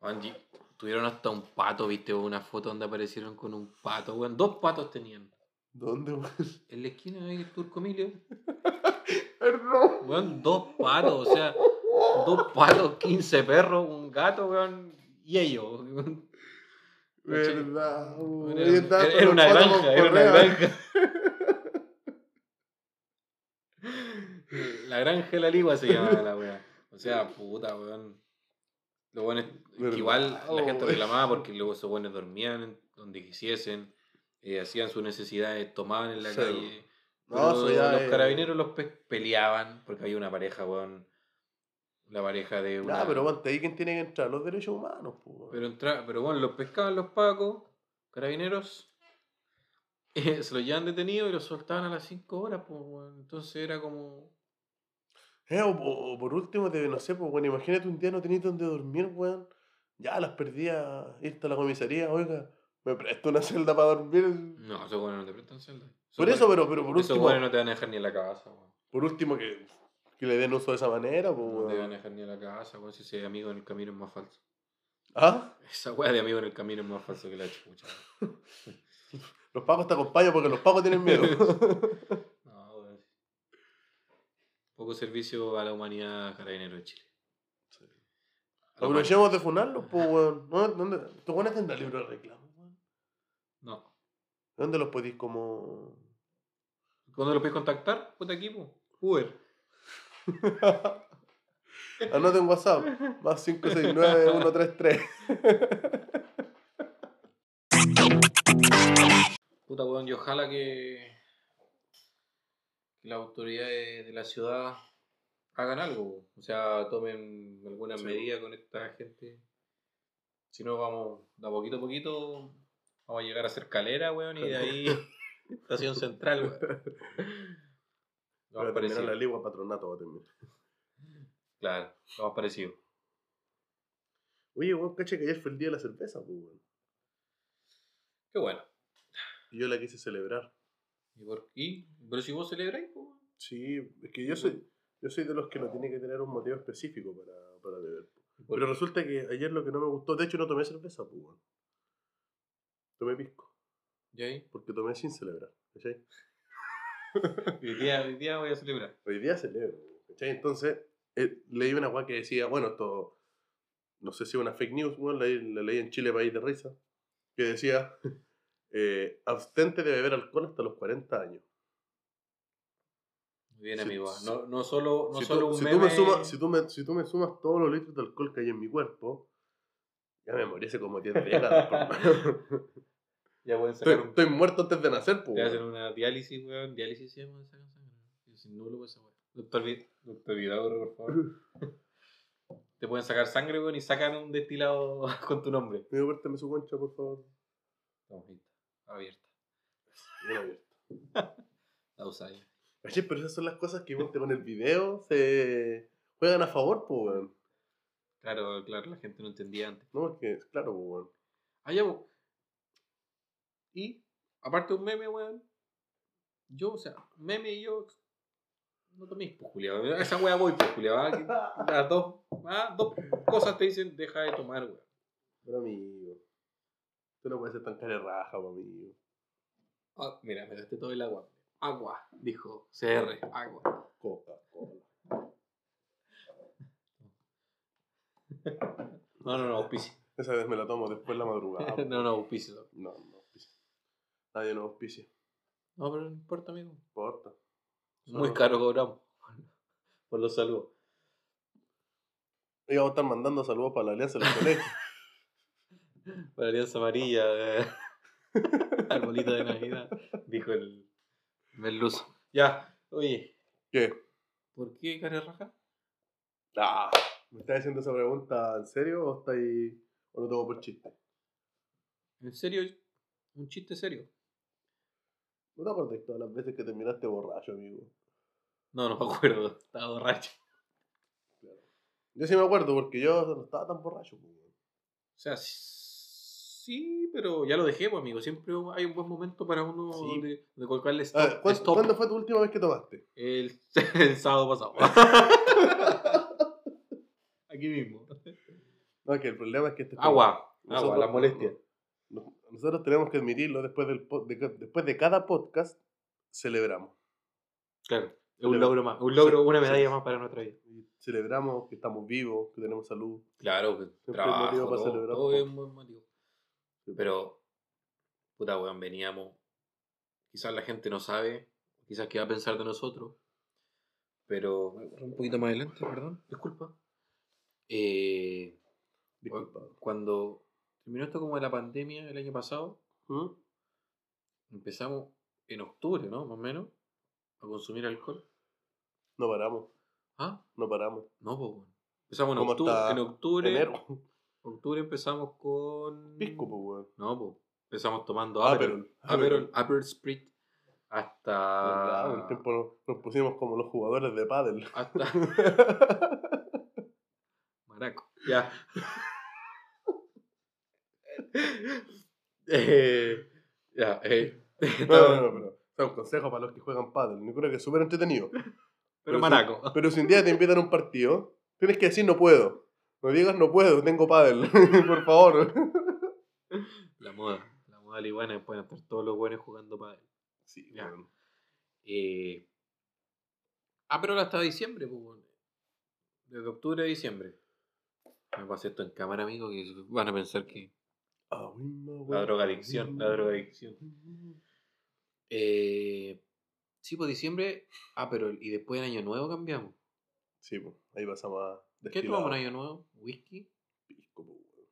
Speaker 1: weón, lle- tuvieron hasta un pato, viste, una foto donde aparecieron con un pato, weón. Dos patos tenían.
Speaker 2: ¿Dónde, weón? [laughs]
Speaker 1: En la esquina del Turco Emilio,
Speaker 2: Perdón.
Speaker 1: weón, dos patos, o sea, dos patos, 15 perros, un gato, weón, y ellos. weón.
Speaker 2: Verdad, weón.
Speaker 1: Era,
Speaker 2: Ahí estaba
Speaker 1: era-
Speaker 2: con
Speaker 1: era
Speaker 2: los
Speaker 1: una
Speaker 2: patos
Speaker 1: granja,
Speaker 2: con
Speaker 1: era una
Speaker 2: correa.
Speaker 1: granja.
Speaker 2: [laughs]
Speaker 1: La granja de la ligua se llamaba la weá. O sea, puta, weón. Lo bueno es que
Speaker 2: Verdad, Oh.
Speaker 1: igual la gente
Speaker 2: weón.
Speaker 1: reclamaba porque luego esos buenos dormían en donde quisiesen, eh, hacían sus necesidades, tomaban en la
Speaker 2: Sí,
Speaker 1: calle.
Speaker 2: No,
Speaker 1: Pero
Speaker 2: eso ya eh.
Speaker 1: los
Speaker 2: es-
Speaker 1: carabineros los pe- peleaban porque había una pareja, weón. La pareja de una.
Speaker 2: Ah, pero bueno, ahí quién tiene que entrar, los derechos humanos, pues. weón.
Speaker 1: Pero, entra, pero bueno, los pescaban los pacos, carabineros, [laughs] eh, se los llevan detenidos y los soltaban a las 5 horas, pues, weón. Entonces era como.
Speaker 2: Eh, o, o- o por último, te- no sé, pues, bueno, imagínate un día no tenés donde dormir, weón. Ya las perdía irte a la comisaría, oiga, me presto una celda para dormir.
Speaker 1: No, esos buenos no te prestan celda. Esos
Speaker 2: Por eso,
Speaker 1: buenos-
Speaker 2: pero, pero por
Speaker 1: esos
Speaker 2: último,
Speaker 1: buenos no te van a dejar ni en la casa, weón.
Speaker 2: por último que, que le den uso de esa manera, pues,
Speaker 1: No te van
Speaker 2: weón.
Speaker 1: a dejar ni en la casa, weón. Si ese amigo en el camino es más falso. [laughs]
Speaker 2: ¿Ah?
Speaker 1: Esa weá de amigo en el camino es más falso que la chucha. weón.
Speaker 2: Los pacos te acompañan porque [laughs] los pacos tienen miedo.
Speaker 1: No, weón. Poco servicio a la humanidad carabineros de Chile. A
Speaker 2: Sí.
Speaker 1: la humanidad.
Speaker 2: Aprovechemos de funarlos, pues, weón. ¿No? ¿Dónde? ¿Tú pones en el libro de reclamo, weón?
Speaker 1: No.
Speaker 2: ¿Dónde los podéis como...?
Speaker 1: ¿Cuándo lo puedes contactar? Puta equipo. Uber.
Speaker 2: Anoten Ah, WhatsApp. Más 569-133.
Speaker 1: Puta, weón, yo ojalá que, que las autoridades de la ciudad hagan algo, weón. o sea, tomen alguna
Speaker 2: Sí,
Speaker 1: medida con esta gente. Si no, vamos, de a poquito a poquito, vamos a llegar a hacer calera, weón, y de ahí [laughs] estación central,
Speaker 2: [laughs]
Speaker 1: weón. Lo
Speaker 2: Voy
Speaker 1: más
Speaker 2: a terminar la
Speaker 1: parecido.
Speaker 2: ligua patronato, voy a terminar.
Speaker 1: Claro, lo más parecido.
Speaker 2: Oye, weón, caché que ayer fue el día de la cerveza, pues, weón.
Speaker 1: Qué bueno.
Speaker 2: Y yo la quise celebrar.
Speaker 1: ¿Y por qué? Pero si vos celebráis, pues, weón.
Speaker 2: Sí, es que yo soy, yo soy de los que no tiene que tener un motivo específico para, para beber.
Speaker 1: ¿Y por
Speaker 2: Pero
Speaker 1: qué?
Speaker 2: resulta que ayer lo que no me gustó, de hecho no tomé cerveza, pues, weón. Tomé pisco,
Speaker 1: ¿Y ahí?
Speaker 2: porque tomé sin celebrar, ¿cachai?
Speaker 1: Hoy día, hoy día voy a celebrar.
Speaker 2: Hoy día celebro, ¿cachai? Entonces, eh, leí una weá que decía, bueno, esto, no sé si es una fake news, weón, la, la leí en Chile, país de risa, que decía, [laughs] eh, abstente de beber alcohol hasta los 40 años.
Speaker 1: Muy bien,
Speaker 2: Si-
Speaker 1: amigo.
Speaker 2: si-
Speaker 1: No, no solo, no
Speaker 2: si,
Speaker 1: solo
Speaker 2: tú,
Speaker 1: un
Speaker 2: si tú
Speaker 1: meme.
Speaker 2: me sumas, si, tú me, si tú me sumas todos los litros de alcohol que hay en mi cuerpo, ya me morí hace como 10 décadas.
Speaker 1: [laughs]
Speaker 2: por mano.
Speaker 1: Ya pueden
Speaker 2: estoy,
Speaker 1: sacar un...
Speaker 2: estoy muerto antes de nacer, pues.
Speaker 1: Te hacen una diálisis, weón. Diálisis se llama esa canción. Yo soy nulo por esa weón. Doctor, Vi- Doctor Vidaurre, por favor. [laughs] Te pueden sacar sangre, weón, y sacan un destilado [laughs] con tu nombre.
Speaker 2: Me apártame su concha, por favor.
Speaker 1: La hojita abierta.
Speaker 2: Bien abierto.
Speaker 1: La usáis.
Speaker 2: Oye, pero esas son las cosas que vos te con el video se juegan a favor, pues, weón.
Speaker 1: Claro, claro, la gente no entendía antes.
Speaker 2: No, porque, claro, pues, weón.
Speaker 1: Ah, ya, po. Y, aparte de un meme, weón. Yo, o sea, meme y yo. No toméis, pues, culiao. A Esa weá voy, pues, culiao. ¿ah? Que [laughs] Las dos, ah, dos cosas te dicen, deja de tomar, weón.
Speaker 2: Pero, amigo, tú no puedes ser tan cara de raja, pues, amigo.
Speaker 1: Ah, mira, me gasté todo el agua. Agua, dijo CR, agua.
Speaker 2: Coca, cola.
Speaker 1: No, no, no, auspicio.
Speaker 2: Esa vez me la tomo después la madrugada. pues.
Speaker 1: [laughs] No, no, auspicio.
Speaker 2: No, no auspicia. Nadie nos auspicia.
Speaker 1: No, pero no importa, amigo.
Speaker 2: No importa.
Speaker 1: Muy
Speaker 2: Solo-
Speaker 1: caro cobramos. Por los saludos.
Speaker 2: Íbamos a estar mandando saludos para la Alianza de los
Speaker 1: [laughs]
Speaker 2: Colegios.
Speaker 1: Para Alianza Amarilla, [laughs] eh. arbolito de Navidad, dijo el merluzo. Ya, oye,
Speaker 2: ¿Qué?
Speaker 1: ¿por qué cara de raja?
Speaker 2: Ah, ¿Me estás haciendo esa pregunta en serio o estáis. o lo tomo por chiste?
Speaker 1: ¿En serio? ¿Un chiste serio?
Speaker 2: ¿No te acordás todas las veces que terminaste borracho, amigo?
Speaker 1: No, no me acuerdo, estaba borracho.
Speaker 2: Yo sí me acuerdo porque yo no estaba tan borracho. pues, weón.
Speaker 1: O sea, s- Sí, pero ya lo dejé, pues, amigo. Siempre hay un buen momento para uno
Speaker 2: Sí.
Speaker 1: de, de colocarle
Speaker 2: A
Speaker 1: stop.
Speaker 2: ver, ¿cuándo,
Speaker 1: stop
Speaker 2: cuándo fue tu última vez que tomaste? [laughs]
Speaker 1: El, [laughs] el sábado pasado. [laughs] Aquí mismo.
Speaker 2: No, que el problema es que este
Speaker 1: Agua.
Speaker 2: Nosotros-
Speaker 1: agua, la molestia.
Speaker 2: no- Nosotros tenemos que admitirlo después, del, po- de, después de cada podcast, celebramos.
Speaker 1: Claro. Es un logro más. Un logro, una medalla más para nuestra vida.
Speaker 2: Y Celebramos que estamos vivos, que tenemos salud.
Speaker 1: Claro, que
Speaker 2: hay
Speaker 1: trabajo,
Speaker 2: motivo para
Speaker 1: todo,
Speaker 2: celebrar
Speaker 1: todo
Speaker 2: un
Speaker 1: es
Speaker 2: poco.
Speaker 1: un buen motivo. Pero, puta weón, veníamos. Quizás la gente no sabe, quizás qué va a pensar de nosotros. Pero. Un poquito más adelante, perdón, disculpa. Eh,
Speaker 2: Disculpa.
Speaker 1: cuando terminó esto como de la pandemia el año pasado,
Speaker 2: ¿Mm?
Speaker 1: empezamos en octubre, ¿no? Más o menos, a consumir alcohol.
Speaker 2: No paramos,
Speaker 1: Ah,
Speaker 2: no paramos.
Speaker 1: no, pues weón. Empezamos en
Speaker 2: ¿Cómo
Speaker 1: octubre.
Speaker 2: hasta
Speaker 1: En octubre,
Speaker 2: Enero, [laughs]
Speaker 1: octubre empezamos con.
Speaker 2: pisco, Ah, pues, weón.
Speaker 1: No, pues empezamos tomando Aperol,
Speaker 2: Aperol.
Speaker 1: Aperol, Aperol Sprit
Speaker 2: Ah, Verdad,
Speaker 1: hasta
Speaker 2: un tiempo nos, nos pusimos como los jugadores de
Speaker 1: [laughs]
Speaker 2: pádel.
Speaker 1: hasta
Speaker 2: [laughs]
Speaker 1: maraco. Ya. [laughs] Eh, ya, eh,
Speaker 2: No, no, no, pero. O sea, un consejo para los que juegan pádel. Yo creo que es súper entretenido.
Speaker 1: pero
Speaker 2: sí.
Speaker 1: maraco.
Speaker 2: Pero si un día te invitan a un partido, tienes que decir no puedo. No digas no puedo, tengo pádel. [laughs] Por favor.
Speaker 1: [laughs] La moda, la moda liguana después de estar todos los buenos jugando para
Speaker 2: Sí,
Speaker 1: Ya.
Speaker 2: weón.
Speaker 1: Eh, ah, Aperol hasta diciembre, pues, weón. desde octubre a diciembre. Me pasé esto en cámara, amigo, que van a pensar que
Speaker 2: Ah, weón, weón.
Speaker 1: La drogadicción, la drogadicción. Eh, sí, pues diciembre. Ah, pero y después en Año Nuevo cambiamos.
Speaker 2: Sí, pues, ahí pasamos a.
Speaker 1: ¿Qué
Speaker 2: destilado.
Speaker 1: tomamos en Año Nuevo? ¿Whisky?
Speaker 2: Pisco, pues, weón.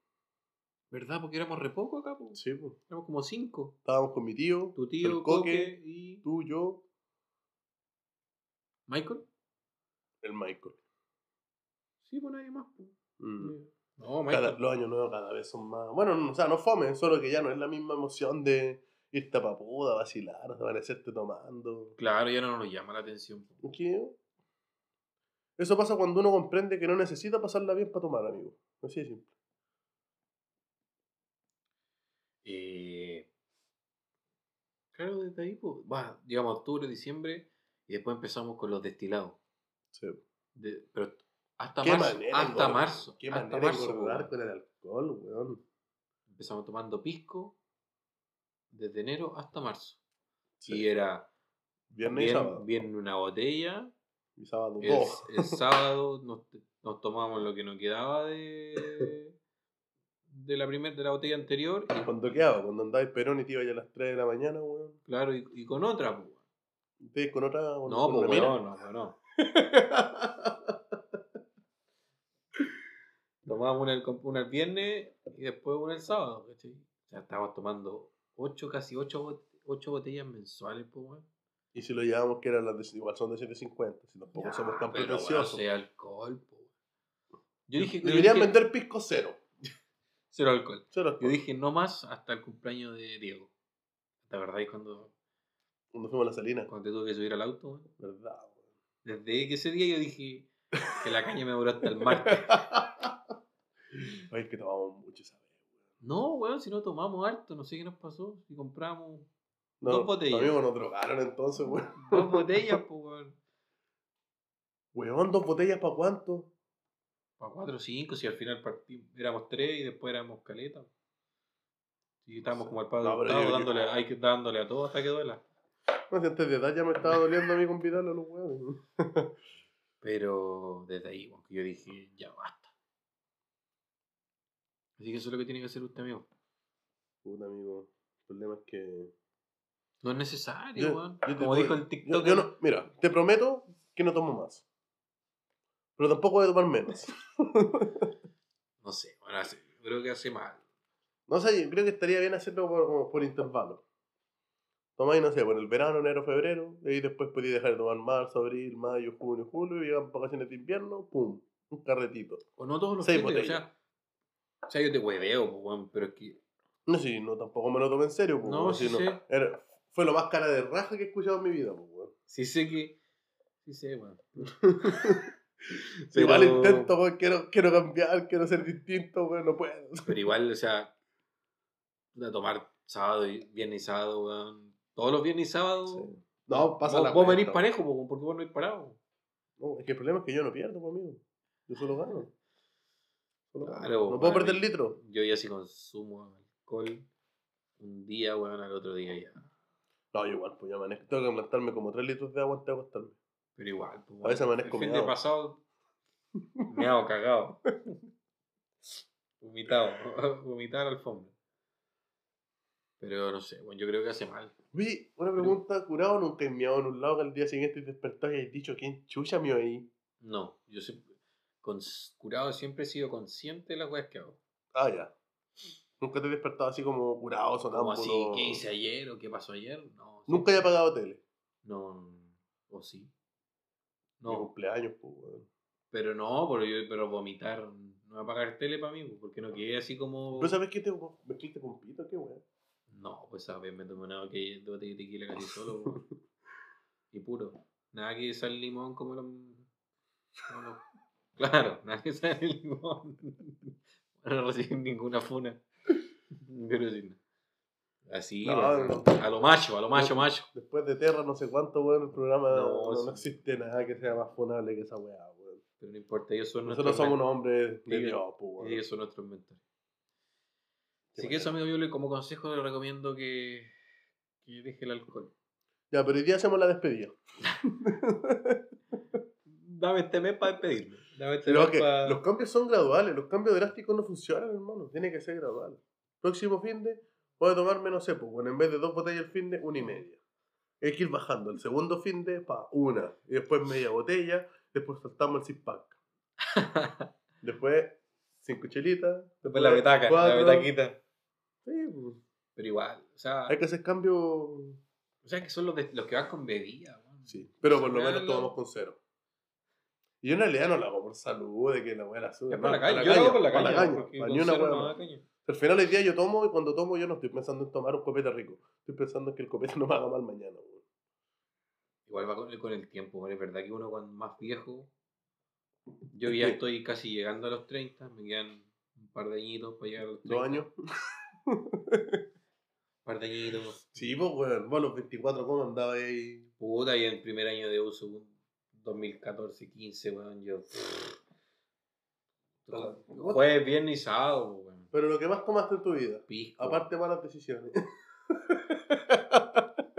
Speaker 1: ¿Verdad? Porque éramos re poco acá, pues.
Speaker 2: Sí, pues.
Speaker 1: Éramos como cinco.
Speaker 2: Estábamos con mi tío,
Speaker 1: Tu tío,
Speaker 2: el coque,
Speaker 1: Coque y.
Speaker 2: tú, yo,
Speaker 1: ¿Michael?
Speaker 2: el Michael.
Speaker 1: Sí, pues nadie más, pues.
Speaker 2: Mm.
Speaker 1: No,
Speaker 2: Cada-
Speaker 1: Michael.
Speaker 2: los años nuevos cada vez son más. Bueno, no- o sea, no fome, solo que ya no es la misma emoción de irte a papuda, vacilar, amanecerte tomando.
Speaker 1: Claro, ya no nos llama la atención. pues. po.
Speaker 2: ¿Qué? Eso pasa cuando uno comprende que no necesita pasarla bien para tomar, amigo. Así de simple.
Speaker 1: Eh, claro, desde ahí, pues. Va, llegamos a octubre, diciembre. Y después empezamos con los destilados.
Speaker 2: Sí.
Speaker 1: De- pero hasta
Speaker 2: Qué
Speaker 1: marzo.
Speaker 2: manera,
Speaker 1: Hasta
Speaker 2: engordar-
Speaker 1: marzo.
Speaker 2: Qué
Speaker 1: hasta
Speaker 2: manera de
Speaker 1: marzo, po,
Speaker 2: engordar
Speaker 1: weón.
Speaker 2: con el alcohol, weón.
Speaker 1: Empezamos tomando pisco desde enero hasta marzo.
Speaker 2: Sí.
Speaker 1: Y era
Speaker 2: Viernes y sábado.
Speaker 1: bien, bien una botella.
Speaker 2: Y sábado
Speaker 1: El,
Speaker 2: dos.
Speaker 1: el sábado nos, nos tomamos lo que nos quedaba de, de, la primer, de la botella anterior. y-
Speaker 2: Cuando quedaba, cuando andabas Perón y te ibas ya a las 3 de la mañana, weón.
Speaker 1: claro, y, y con otra. pues, po.
Speaker 2: Y te ibas con otra. con-
Speaker 1: No,
Speaker 2: con
Speaker 1: pues
Speaker 2: la mina.
Speaker 1: no, no, po, [laughs] no. Tomábamos una el, comp- una el viernes y después una el sábado. ¿cachai? O sea, estábamos tomando ocho, casi 8 ocho, botellas mensuales. Pues, weón.
Speaker 2: Y si lo llevamos, que eran las de, igual son de 7.50, si tampoco
Speaker 1: Ya,
Speaker 2: somos tan
Speaker 1: pero,
Speaker 2: pretenciosos.
Speaker 1: weón, sea alcohol, po. Yo dije que
Speaker 2: Deberían vender pisco cero.
Speaker 1: cero alcohol.
Speaker 2: Cero alcohol.
Speaker 1: Yo dije no más hasta el cumpleaños de Diego. ¿Te acordáis cuando,
Speaker 2: Cuando fuimos a la salina.
Speaker 1: cuando te tuve que subir al auto? weón?
Speaker 2: Verdad, weón.
Speaker 1: Desde que ese día yo dije que la caña me duró hasta el martes.
Speaker 2: Oye, es que tomamos mucho esa vez.
Speaker 1: No, weón, si no tomamos harto, no sé qué nos pasó. Si compramos
Speaker 2: No,
Speaker 1: Dos botellas.
Speaker 2: Los amigos nos drogaron entonces, weón. [laughs]
Speaker 1: dos botellas, pues, weón.
Speaker 2: Weón, dos botellas para cuánto?
Speaker 1: Para cuatro o cinco, si al final partimos. Éramos tres y después éramos caleta. Y estábamos como el padre
Speaker 2: No, pero
Speaker 1: Hurtado
Speaker 2: yo- yo-
Speaker 1: dándole, hay que, dándole a todo hasta que duela.
Speaker 2: No sé, antes de edad ya me estaba doliendo a mí convidarlo a los weones.
Speaker 1: Pero desde ahí, bueno, que yo dije, ya basta. Así que eso es lo que tiene que hacer usted, amigo.
Speaker 2: Puta, amigo. El problema es que.
Speaker 1: No es necesario, weón.
Speaker 2: yo te
Speaker 1: Como
Speaker 2: puedo-
Speaker 1: dijo el
Speaker 2: yo-
Speaker 1: TikTok.
Speaker 2: yo no- mira, te prometo que no tomo más. Pero tampoco voy a tomar menos.
Speaker 1: no sé, bueno, hace- creo que hace mal.
Speaker 2: No sé, yo creo que estaría bien hacerlo por, como por intervalo. Tomáis, no sé, por el verano, enero, febrero, y después podéis dejar de tomar marzo, abril, mayo, junio, julio, y llegan vacaciones de invierno, ¡pum! Un carretito.
Speaker 1: O no todos los
Speaker 2: Seis
Speaker 1: fines, o
Speaker 2: botellas.
Speaker 1: sea. O sea, yo te hueveo, pues, weón, pero es que.
Speaker 2: No sé, no, tampoco me lo tomé en serio, pues,
Speaker 1: No,
Speaker 2: weón,
Speaker 1: sí
Speaker 2: si no-
Speaker 1: sé.
Speaker 2: era- fue lo más cara de raja que he escuchado en mi vida, pues, weón.
Speaker 1: Sí sé que. Sí sé, weón.
Speaker 2: [laughs] Si Igual intento, weón, quiero, quiero cambiar, quiero ser distinto, weón, no puedo.
Speaker 1: Pero igual, o sea. puta, tomar sábado y viernes y sábado, weón. Todos los viernes y sábados.
Speaker 2: Sí. No, pasa la
Speaker 1: vos, vos
Speaker 2: cuenta.
Speaker 1: venís parejo, po, weón, porque vos no ir parado.
Speaker 2: No, es que el problema es que yo no pierdo, pues, amigo. Yo solo gano. Solo gano.
Speaker 1: Claro,
Speaker 2: no
Speaker 1: para
Speaker 2: puedo perder
Speaker 1: mí.
Speaker 2: litro.
Speaker 1: Yo ya si consumo alcohol un día, weón, al otro día ya.
Speaker 2: No, yo igual, pues yo amanezco. Tengo que plantarme como 3 litros de agua antes de acostarme.
Speaker 1: Pero igual, pues,
Speaker 2: A veces
Speaker 1: weón,
Speaker 2: amanezco
Speaker 1: El fin de
Speaker 2: meado. [laughs]
Speaker 1: pasado me hago cagado. Vomitado. [laughs] Vomitar a la alfombra. Pero no sé, bueno, yo creo que hace mal.
Speaker 2: Vi una pregunta, curado nunca he miado en un lado que al día siguiente te despertás y has dicho, ¿quién chucha mío ahí?
Speaker 1: No, yo siempre, cons- curado siempre he sido consciente de las weas que hago.
Speaker 2: Ah, ya. Nunca te he despertado así como curado,
Speaker 1: Como
Speaker 2: sonámbulo.
Speaker 1: así, ¿qué hice ayer o qué pasó ayer? No.
Speaker 2: Nunca he
Speaker 1: siempre-
Speaker 2: apagado tele.
Speaker 1: No, o sí.
Speaker 2: Mi
Speaker 1: No,
Speaker 2: cumpleaños, pues, weón.
Speaker 1: pero no, pero, yo, pero vomitar, no apagar tele para mí, pues, porque no quedé así como...
Speaker 2: ¿Pero sabes qué te mezclaste con pito? ¿Qué weón?
Speaker 1: No, pues sabes, me tomé una botella de botella de tequila casi solo,
Speaker 2: [laughs]
Speaker 1: weón. Y puro. Nada que sal limón como los... como los- Claro, nada que sal [laughs] limón. No recibí ninguna funa. Pero sí, no. Así,
Speaker 2: No,
Speaker 1: weón.
Speaker 2: no.
Speaker 1: a lo macho, a lo macho,
Speaker 2: No.
Speaker 1: macho.
Speaker 2: Después de Terra, no sé cuánto, weón, el programa
Speaker 1: No,
Speaker 2: no, no
Speaker 1: sí.
Speaker 2: existe nada que sea más funable que esa weá, weón.
Speaker 1: Pero no importa, ellos son
Speaker 2: Nosotros somos unos hombres de
Speaker 1: Sí,
Speaker 2: Dios, pues, weón.
Speaker 1: Y ellos son nuestros mentores.
Speaker 2: Qué
Speaker 1: Así que
Speaker 2: bacán.
Speaker 1: eso, amigo, yo le, como consejo le recomiendo que, que deje el alcohol.
Speaker 2: Ya, pero hoy día hacemos la despedida.
Speaker 1: Dame este mes para despedirme. Dame este
Speaker 2: Pero
Speaker 1: mes
Speaker 2: es que
Speaker 1: para...
Speaker 2: los cambios son graduales, los cambios drásticos no funcionan, hermano. Tiene que ser gradual. Próximo fin de, voy a tomarme, no sé, pues, bueno, en vez de dos botellas el fin de, una y media. Hay que ir bajando. El segundo fin de, pa, una. Y después media botella. Después saltamos el six pack.
Speaker 1: [laughs]
Speaker 2: Después, cinco chelitas.
Speaker 1: Después la betaca,
Speaker 2: cuatro.
Speaker 1: la betaquita.
Speaker 2: Sí, pues.
Speaker 1: Pero igual, o sea,
Speaker 2: Hay que hacer cambios.
Speaker 1: o sea que son los, de- los que van con bebida. weón.
Speaker 2: Sí. Pero por lo
Speaker 1: Claro.
Speaker 2: menos tomamos con cero. Y yo en realidad no lo hago por salud, de que la weá la sube.
Speaker 1: Es por la
Speaker 2: no,
Speaker 1: calle.
Speaker 2: pa'
Speaker 1: Yo lo hago por la
Speaker 2: pa'
Speaker 1: calle.
Speaker 2: pa'
Speaker 1: porque con
Speaker 2: ni una
Speaker 1: cero
Speaker 2: weá
Speaker 1: no
Speaker 2: más.
Speaker 1: da caña.
Speaker 2: Al final el día yo tomo y cuando tomo yo no estoy pensando en tomar un copete rico. Estoy pensando en que el copete [laughs] no me haga mal mañana, weón.
Speaker 1: Igual va con, con el tiempo, weón, es verdad que uno cuando más viejo, yo
Speaker 2: Es
Speaker 1: ya
Speaker 2: que-
Speaker 1: estoy casi llegando a los 30, me quedan un par de añitos para llegar a los 30.
Speaker 2: Dos años.
Speaker 1: Un par de añitos.
Speaker 2: Sí, pues weón, vos a los 24 cómo andaba ahí.
Speaker 1: Puta, y el primer año de uso, weón, 2014, 15, weón, yo...
Speaker 2: Claro.
Speaker 1: Jueves, viernes y sábado, weón.
Speaker 2: Pero lo que más tomaste en tu vida,
Speaker 1: Pisco.
Speaker 2: aparte malas decisiones. [laughs]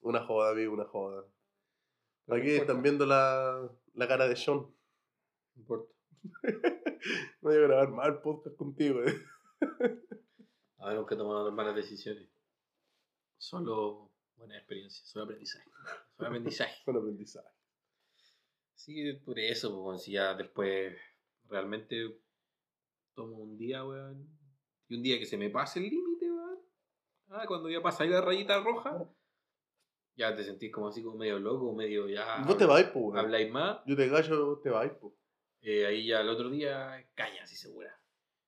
Speaker 2: una joda, amigo, una joda.
Speaker 1: Pero no
Speaker 2: Aquí
Speaker 1: importa,
Speaker 2: están viendo la, la cara de Sean.
Speaker 1: No importa.
Speaker 2: No voy a grabar más el podcast contigo, eh.
Speaker 1: A ver, nunca he tomado malas decisiones. Solo buena experiencia, solo aprendizaje. Solo
Speaker 2: [laughs]
Speaker 1: aprendizaje.
Speaker 2: Fue un aprendizaje.
Speaker 1: Sí, por eso, pues, weón, si ya después realmente tomo un día, weón. Y un día que se me pase el límite, weón. Ah, cuando ya pasa ahí la rayita roja, ya te sentís como así, como medio loco, medio ya.
Speaker 2: vos te vais, pues, weón.
Speaker 1: Habláis más,
Speaker 2: Yo te gallo, vos te vais, pues.
Speaker 1: eh, ahí ya el otro día, caña, así segura.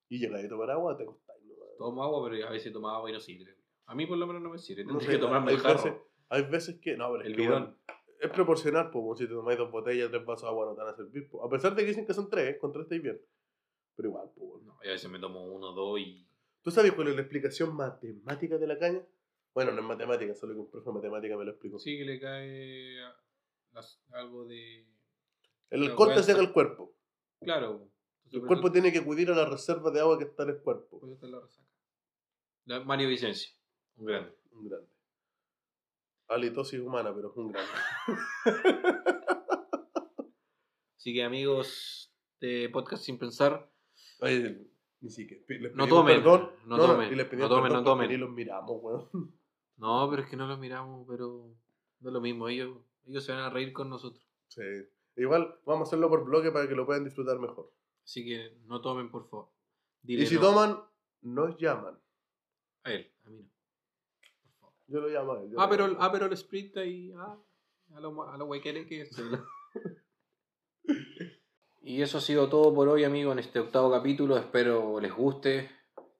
Speaker 2: Y llegáis a tomar agua, te acostáis, ¿no?
Speaker 1: Tomo agua, pero a veces tomo agua y no sirve. A mí por lo menos no me sirve.
Speaker 2: No
Speaker 1: Tendré
Speaker 2: sé,
Speaker 1: que tomarme
Speaker 2: hay
Speaker 1: el jarro,
Speaker 2: veces- Hay veces que. No, pero es
Speaker 1: el
Speaker 2: que,
Speaker 1: bidón.
Speaker 2: weón, es proporcional, pues, weón. si te tomáis dos botellas, tres vasos de agua no te van a servir, pues. A pesar de que dicen que son tres, ¿eh? con tres estáis bien. Pero igual, pues, weón.
Speaker 1: No, yo a veces me tomo uno, dos y.
Speaker 2: ¿Tú sabes cuál es la explicación matemática de la caña? Bueno, no es matemática, solo que un profe de matemática me lo explicó.
Speaker 1: Sí, que le cae a- las- algo de.
Speaker 2: el
Speaker 1: la
Speaker 2: alcohol te
Speaker 1: weá
Speaker 2: seca
Speaker 1: está-
Speaker 2: el cuerpo.
Speaker 1: Claro.
Speaker 2: El
Speaker 1: Entonces, por
Speaker 2: cuerpo
Speaker 1: eso-
Speaker 2: tiene que acudir a la reserva de agua que está en el cuerpo.
Speaker 1: por eso está la resaca. La- Mario Vicencio, un grande.
Speaker 2: Un grande. Halitosis humana, pero es un grande.
Speaker 1: Así que, amigos de Podcast Sin Pensar,
Speaker 2: Oye, ni siquiera. Les
Speaker 1: No
Speaker 2: pedimos
Speaker 1: tomen,
Speaker 2: perdón.
Speaker 1: no tomen,
Speaker 2: y les
Speaker 1: no
Speaker 2: pedimos
Speaker 1: tomen,
Speaker 2: perdón
Speaker 1: no tomen.
Speaker 2: porque ni los miramos, weón. [laughs]
Speaker 1: no, pero es que no los miramos, pero no es lo mismo. Ellos, ellos se van a reír con nosotros.
Speaker 2: Sí. Igual vamos a hacerlo por bloque para que lo puedan disfrutar mejor.
Speaker 1: Así que no tomen, por favor. Dile
Speaker 2: y si
Speaker 1: no
Speaker 2: toman, nos llaman.
Speaker 1: A él, a mí no. Por favor.
Speaker 2: Yo lo llamo a él. yo
Speaker 1: Ah,
Speaker 2: lo
Speaker 1: pero,
Speaker 2: llamo.
Speaker 1: ah, pero el sprint ahí. Ah, a los a lo huequeres que se lo- [laughs] Y eso ha sido todo por hoy, amigo, en este octavo capítulo. Espero les guste,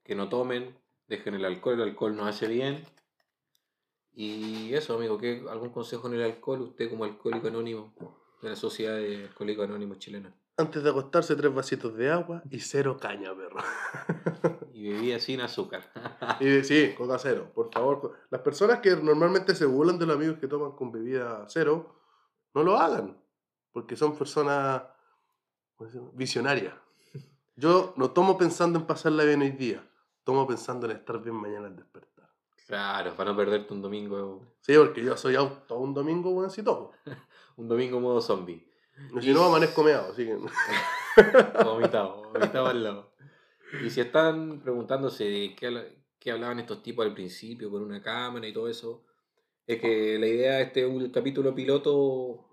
Speaker 1: que no tomen, dejen el alcohol, el alcohol nos hace bien. Y eso, amigo, ¿qué, ¿algún consejo en el alcohol? Usted como alcohólico anónimo. de la Sociedad de Alcohólicos Anónimos Chilena.
Speaker 2: Antes de acostarse, tres vasitos de agua y cero caña, perro.
Speaker 1: Y bebía sin azúcar. [laughs]
Speaker 2: Y de- sí, coca cero, por favor. co- Las personas que normalmente se burlan de los amigos que toman con bebida cero, no lo hagan, porque son personas ¿cómo se llama? visionarias. Yo no tomo pensando en pasarla bien hoy día, tomo pensando en estar bien mañana al despertar.
Speaker 1: claro, para no perderte un domingo.
Speaker 2: Sí, porque yo soy auto un domingo, weón, si tomo.
Speaker 1: Un domingo modo zombie.
Speaker 2: Si no, amanezco meado, así que... [laughs]
Speaker 1: Vomitado, vomitado al lado. Y si están preguntándose de qué, habla- qué hablaban estos tipos al principio con una cámara y todo eso, es que la idea de este un capítulo piloto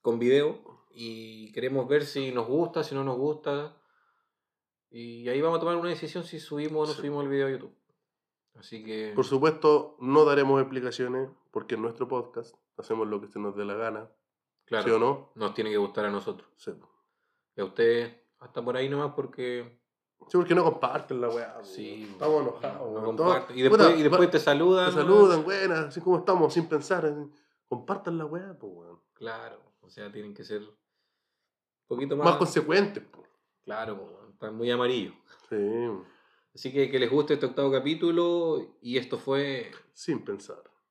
Speaker 1: con video y queremos ver si nos gusta, si no nos gusta. Y ahí vamos a tomar una decisión si subimos o no
Speaker 2: Sí.
Speaker 1: subimos el video a YouTube. Así que
Speaker 2: Por supuesto, no daremos explicaciones, porque en nuestro podcast hacemos lo que se nos dé la gana,
Speaker 1: claro,
Speaker 2: ¿sí o no?
Speaker 1: nos tiene que gustar a nosotros.
Speaker 2: Sí.
Speaker 1: Y a ustedes hasta por ahí nomás porque
Speaker 2: Sí, porque no comparten la weá. po.
Speaker 1: sí,
Speaker 2: estamos enojados.
Speaker 1: no
Speaker 2: weón.
Speaker 1: comparten. Y después,
Speaker 2: Todos- puta,
Speaker 1: y después
Speaker 2: va-
Speaker 1: te saludan.
Speaker 2: te
Speaker 1: nomás.
Speaker 2: saludan, buenas, así como estamos, sin pensar. así. Compartan la weá, pues, weón.
Speaker 1: Claro, o sea, tienen que ser un poquito más.
Speaker 2: Más consecuentes, po.
Speaker 1: Claro, po, están muy amarillos.
Speaker 2: Sí,
Speaker 1: Así que que les guste este octavo capítulo y esto fue
Speaker 2: sin pensar.